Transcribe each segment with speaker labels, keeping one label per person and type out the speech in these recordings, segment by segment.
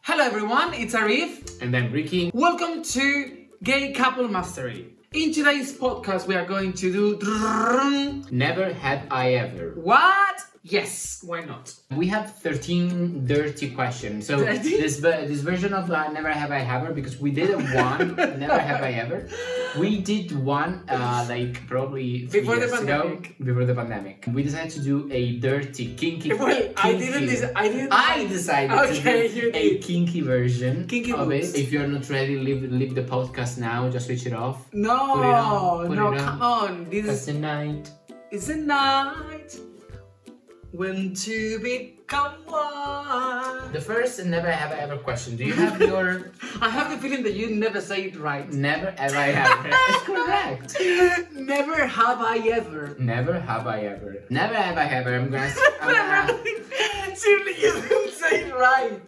Speaker 1: Hello everyone, it's Arif.
Speaker 2: And then Ricky.
Speaker 1: Welcome to Gay Couple Mastery. In today's podcast, we are going to do.
Speaker 2: Never have I ever.
Speaker 1: What? Yes, why not?
Speaker 2: We have 13 dirty questions. So
Speaker 1: 13?
Speaker 2: this ver- this version of uh, Never Have I Ever because we did one Never Have I Ever. We did one uh, like probably three
Speaker 1: Before the
Speaker 2: years
Speaker 1: pandemic.
Speaker 2: ago, before the pandemic. We decided to do a dirty kinky.
Speaker 1: Well, I
Speaker 2: kinky-
Speaker 1: didn't. Dis- I didn't.
Speaker 2: I decided
Speaker 1: Okay,
Speaker 2: to
Speaker 1: you
Speaker 2: do a
Speaker 1: did.
Speaker 2: kinky version
Speaker 1: Kinky
Speaker 2: of
Speaker 1: boots.
Speaker 2: it. If you're not ready, leave leave the podcast now. Just switch it off.
Speaker 1: No,
Speaker 2: Put it on, put
Speaker 1: no,
Speaker 2: it on.
Speaker 1: come on. This
Speaker 2: That's
Speaker 1: is
Speaker 2: the night.
Speaker 1: it's a night when two become one.
Speaker 2: The first never have I ever question. Do you have your
Speaker 1: I have the feeling that you never say it right.
Speaker 2: never have I ever? It's correct.
Speaker 1: Never have I ever.
Speaker 2: Never have I ever. Never have I ever. I'm gonna. I'm gonna
Speaker 1: Surely you didn't say it right.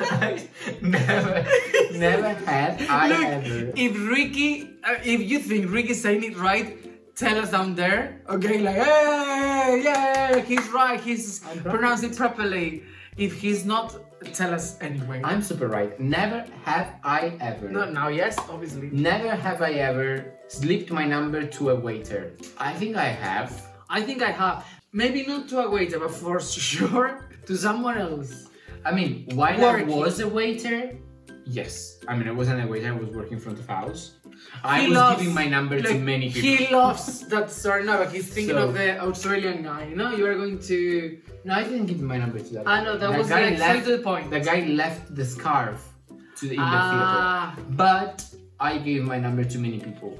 Speaker 2: never, never had I
Speaker 1: Look,
Speaker 2: ever.
Speaker 1: if Ricky, uh, if you think Ricky's saying it right, tell us down there. Okay, like, hey, yeah, he's right, he's
Speaker 2: I'm right.
Speaker 1: pronounced it properly. If he's not, tell us anyway.
Speaker 2: I'm super right. Never have I ever.
Speaker 1: not now, yes, obviously.
Speaker 2: Never have I ever slipped my number to a waiter. I think I have.
Speaker 1: I think I have. Maybe not to a waiter, but for sure to someone else.
Speaker 2: I mean, while I
Speaker 1: Working.
Speaker 2: was a waiter, yes. I mean, I wasn't a waiter. I was working front of house. I
Speaker 1: He
Speaker 2: was
Speaker 1: loves-
Speaker 2: giving my number to
Speaker 1: Like,
Speaker 2: many people.
Speaker 1: He loves that story. No, but he's thinking
Speaker 2: So-
Speaker 1: of the Australian guy. You know, you are going to.
Speaker 2: No, I didn't give my number to that.
Speaker 1: I know Ah, that
Speaker 2: guy.
Speaker 1: was
Speaker 2: guy
Speaker 1: like straight to the point.
Speaker 2: The guy left the scarf to the, in the
Speaker 1: Ah.
Speaker 2: theater, but I gave my number to many people.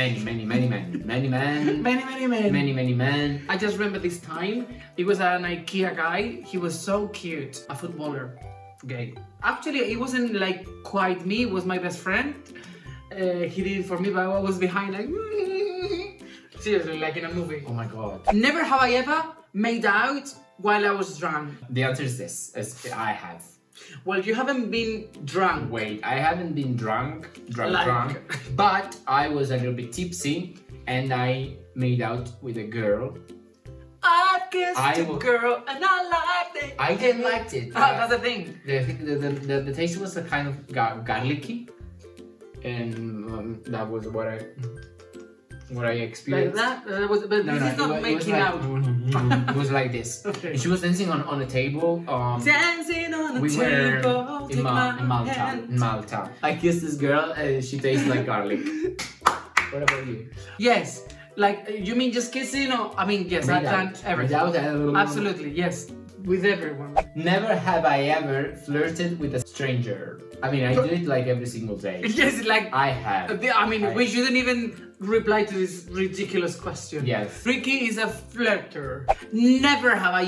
Speaker 2: Many, many, many men, many men,
Speaker 1: Many, many, many.
Speaker 2: many, many men.
Speaker 1: I just remember this time. It was an IKEA guy. He was so cute. A footballer. Gay. Actually, it wasn't like quite me. It was my best friend. Uh, he did it for me, but I was behind like. Seriously, like in a movie.
Speaker 2: Oh my god.
Speaker 1: Never have I ever made out while I was drunk.
Speaker 2: The answer is this: is I have.
Speaker 1: Well, you haven't been drunk.
Speaker 2: Wait, I haven't been drunk, drunk,
Speaker 1: Like-
Speaker 2: drunk, but I was a little bit tipsy, and I made out with a girl.
Speaker 1: I kissed
Speaker 2: I
Speaker 1: a
Speaker 2: will-
Speaker 1: girl and I liked it.
Speaker 2: I didn't like it.
Speaker 1: Ah, that's the thing.
Speaker 2: The, the, the, the, the taste was a kind of gar- garlicky, and um, that was what I what I
Speaker 1: Like
Speaker 2: experienced.
Speaker 1: that. uh, was, but this is
Speaker 2: it
Speaker 1: not
Speaker 2: wa- it was
Speaker 1: making
Speaker 2: like-
Speaker 1: out.
Speaker 2: it was like this.
Speaker 1: Okay.
Speaker 2: And she was dancing on, on a table. Um,
Speaker 1: Dancing on the
Speaker 2: we were
Speaker 1: table.
Speaker 2: in,
Speaker 1: take my
Speaker 2: Mal- in Mm. Malta.
Speaker 1: hand.
Speaker 2: In Malta. I kissed this girl, and she tastes like garlic. what about you?
Speaker 1: Yes. Like, uh, you mean just kissing? Or, I mean, yes, I've done everything.
Speaker 2: Without a-
Speaker 1: Absolutely, yes. With everyone.
Speaker 2: Never have I ever flirted with a stranger. I mean, I do it like every single day.
Speaker 1: Yes, like, uh,
Speaker 2: I have.
Speaker 1: the- I mean,
Speaker 2: I-
Speaker 1: we shouldn't even reply to this ridiculous question.
Speaker 2: Yes.
Speaker 1: Ricky is a flirter. Never have I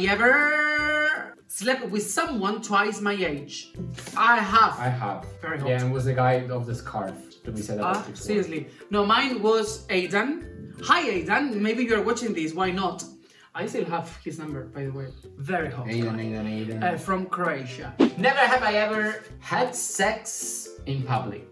Speaker 1: ever slept with someone twice my age. I have.
Speaker 2: I have.
Speaker 1: Very hot.
Speaker 2: Yeah, and was the guy of the scarf that we said about
Speaker 1: Ah,
Speaker 2: before.
Speaker 1: seriously. No, mine was Aidan. Hi, Aidan. Maybe you're watching this. Why not? I still have his number, by the way. Very hot.
Speaker 2: Aiden, Aiden, Aiden.
Speaker 1: Uh, from Croatia.
Speaker 2: Never have I ever had sex in public.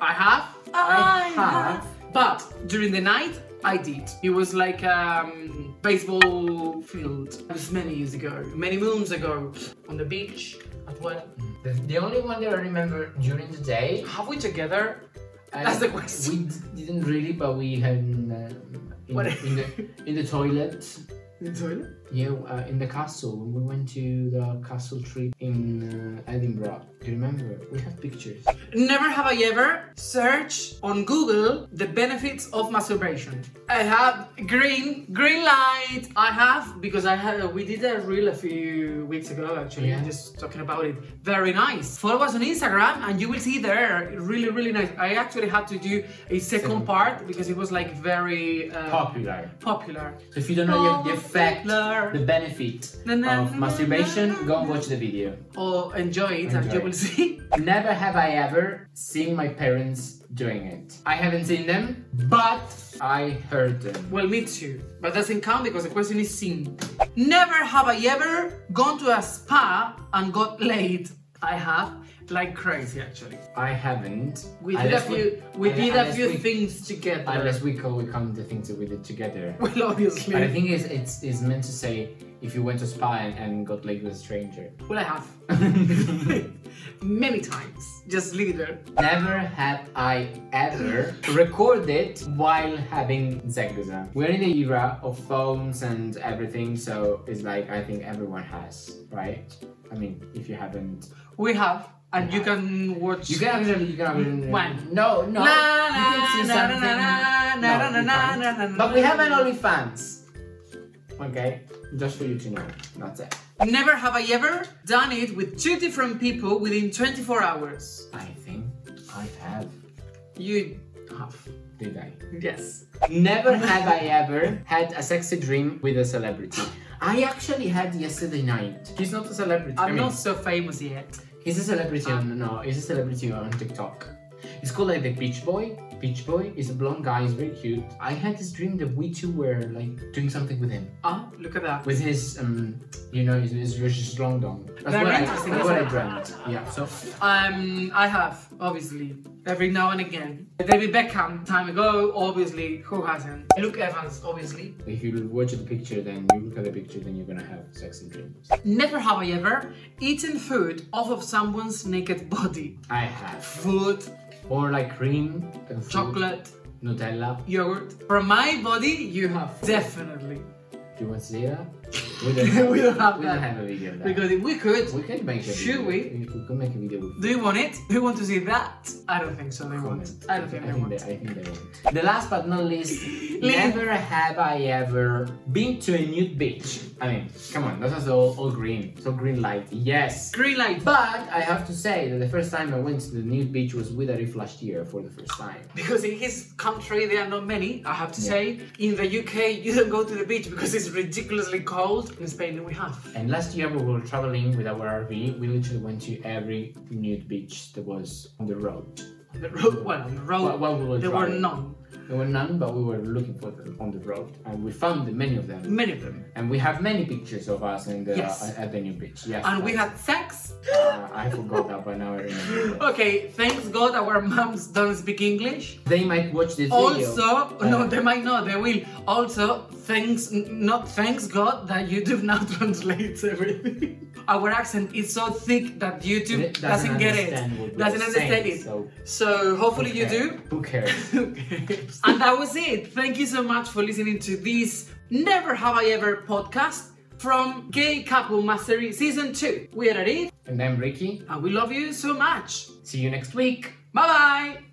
Speaker 1: I have.
Speaker 2: I have.
Speaker 1: But during the night, I did. It was like um, baseball field. It was many years ago, many moons ago, on the beach at well.
Speaker 2: The, the only one that I remember during the day.
Speaker 1: Have we together?
Speaker 2: uh,
Speaker 1: That's the question.
Speaker 2: We d- didn't really, but we had in, uh, in,
Speaker 1: What-
Speaker 2: in the in the toilet.
Speaker 1: In the toilet?
Speaker 2: Yeah, uh, in the castle. We went to the castle trip in uh, Edinburgh. Do you remember? We have pictures.
Speaker 1: Uh, Never have I ever searched on Google the benefits of masturbation. I have green green light. I have because I had we did a reel a few weeks ago actually.
Speaker 2: Yeah.
Speaker 1: Just talking about it. Very nice. Follow us on Instagram and you will see there. Really really nice. I actually had to do a second
Speaker 2: Second
Speaker 1: part because it was like very uh,
Speaker 2: Popular.
Speaker 1: popular.
Speaker 2: So if you don't know the, the effect,
Speaker 1: Popular.
Speaker 2: the benefit
Speaker 1: Na, na,
Speaker 2: of
Speaker 1: na,
Speaker 2: masturbation,
Speaker 1: na, na,
Speaker 2: go and watch the video.
Speaker 1: Or Oh, enjoy it and
Speaker 2: Enjoy
Speaker 1: you
Speaker 2: it.
Speaker 1: will see.
Speaker 2: Never have I ever seen my parents doing it. I haven't seen them, but I heard them.
Speaker 1: Well, me too. But doesn't count because the question is seen. Never have I ever gone to a spa and got laid. I have like crazy actually.
Speaker 2: I haven't.
Speaker 1: We did a
Speaker 2: Unless
Speaker 1: few we, did a
Speaker 2: unless
Speaker 1: few
Speaker 2: we-
Speaker 1: things together.
Speaker 2: Unless we call, we count the things that we did together.
Speaker 1: well, obviously.
Speaker 2: But I think it's, it's, it's meant to say if you went to spa and, and got laid with a stranger.
Speaker 1: Well, I have many times. Just leave it there.
Speaker 2: Never had I ever recorded while having Zaguza. We're in the era of phones and everything, so it's like I think everyone has, right? I mean, if you haven't,
Speaker 1: We have, and you can watch.
Speaker 2: you can actually, you can actually.
Speaker 1: One.
Speaker 2: No, no.
Speaker 1: La,
Speaker 2: you can see
Speaker 1: la, na, na,
Speaker 2: something.
Speaker 1: na,
Speaker 2: No,
Speaker 1: na, na,
Speaker 2: you
Speaker 1: na,
Speaker 2: can't.
Speaker 1: na, na, na,
Speaker 2: But we
Speaker 1: na,
Speaker 2: have an
Speaker 1: na.
Speaker 2: OnlyFans. Okay, just for you to know. That's it.
Speaker 1: Never have I ever done it with two different people within 24 hours.
Speaker 2: I think I have.
Speaker 1: You have.
Speaker 2: Did I?
Speaker 1: Yes.
Speaker 2: Never have I ever had a sexy dream with a celebrity. I actually had yesterday night. He's not a celebrity. I
Speaker 1: I'm
Speaker 2: mean,
Speaker 1: not so famous yet.
Speaker 2: He's a celebrity on no. He's a celebrity on TikTok. It's called like the Beach Boy. Beach Boy is a blonde guy. He's very cute. I had this dream that we two were like doing something with him,
Speaker 1: Ah, look at that.
Speaker 2: with his um, you know, his his, his long dong. That's
Speaker 1: Very
Speaker 2: what I, that's
Speaker 1: interesting,
Speaker 2: what I
Speaker 1: isn't
Speaker 2: dreamt. Yeah. So
Speaker 1: Um, I have, obviously, every now and again. David Beckham, time ago, obviously, who hasn't? Luke Evans, obviously.
Speaker 2: if you watch the picture, then you look at the picture, then you're gonna have sexy dreams.
Speaker 1: Never have I ever eaten food off of someone's naked body.
Speaker 2: I have.
Speaker 1: Food,
Speaker 2: Or like cream, and fruit,
Speaker 1: chocolate,
Speaker 2: Nutella.
Speaker 1: yogurt. From my body, you have. Definitely.
Speaker 2: Do you want to see that? We
Speaker 1: We don't have
Speaker 2: we
Speaker 1: that.
Speaker 2: don't have a video of that.
Speaker 1: Because if we could,
Speaker 2: we can make a
Speaker 1: Should
Speaker 2: video.
Speaker 1: we?
Speaker 2: We could make a video with
Speaker 1: do you want it? Do you want to see that? I don't think so, they won't.
Speaker 2: comment.
Speaker 1: I don't think they
Speaker 2: They,
Speaker 1: won't.
Speaker 2: I think they won't. The last but not least,
Speaker 1: Leave.
Speaker 2: never have I ever been to a nude beach. I mean, come on, that was all, all green. So green light, yes.
Speaker 1: Green light.
Speaker 2: But I have to say that the first time I went to the nude beach was with Arif last year for the first time.
Speaker 1: Because in his country there are not many, I have to
Speaker 2: Yeah.
Speaker 1: say. In the UK, you don't go to the beach because it's ridiculously cold. In Spain, we have.
Speaker 2: And last year we were traveling with our RV. We literally went to every nude beach that was on the road.
Speaker 1: On the road, well, on the
Speaker 2: While,
Speaker 1: road,
Speaker 2: while we were
Speaker 1: there were
Speaker 2: driving.
Speaker 1: none.
Speaker 2: There were none, but we were looking for them on the road, and we found them, many of them.
Speaker 1: Many of them.
Speaker 2: And we have many pictures of us in the
Speaker 1: Yes.
Speaker 2: at the new beach. Yes.
Speaker 1: And we had sex.
Speaker 2: Uh, I forgot that, but now I remember.
Speaker 1: Okay, thanks God our moms don't speak English.
Speaker 2: They might watch this video.
Speaker 1: Also, no,
Speaker 2: Uh,
Speaker 1: they might not, they will. Also, thanks, n- not thanks God that YouTube now translates everything. Our accent is so thick that
Speaker 2: it
Speaker 1: YouTube doesn't, get
Speaker 2: understand what
Speaker 1: it,
Speaker 2: we
Speaker 1: doesn't
Speaker 2: are
Speaker 1: understand
Speaker 2: saying,
Speaker 1: it.
Speaker 2: So
Speaker 1: So, hopefully, you
Speaker 2: okay.
Speaker 1: do.
Speaker 2: Who cares?
Speaker 1: and that was it. Thank you so much for listening to this Never Have I Ever podcast from Gay Couple Mastery Season 2. We are Arif,
Speaker 2: and I'm Ricky.
Speaker 1: and we love you so much.
Speaker 2: See you next week.
Speaker 1: Bye bye.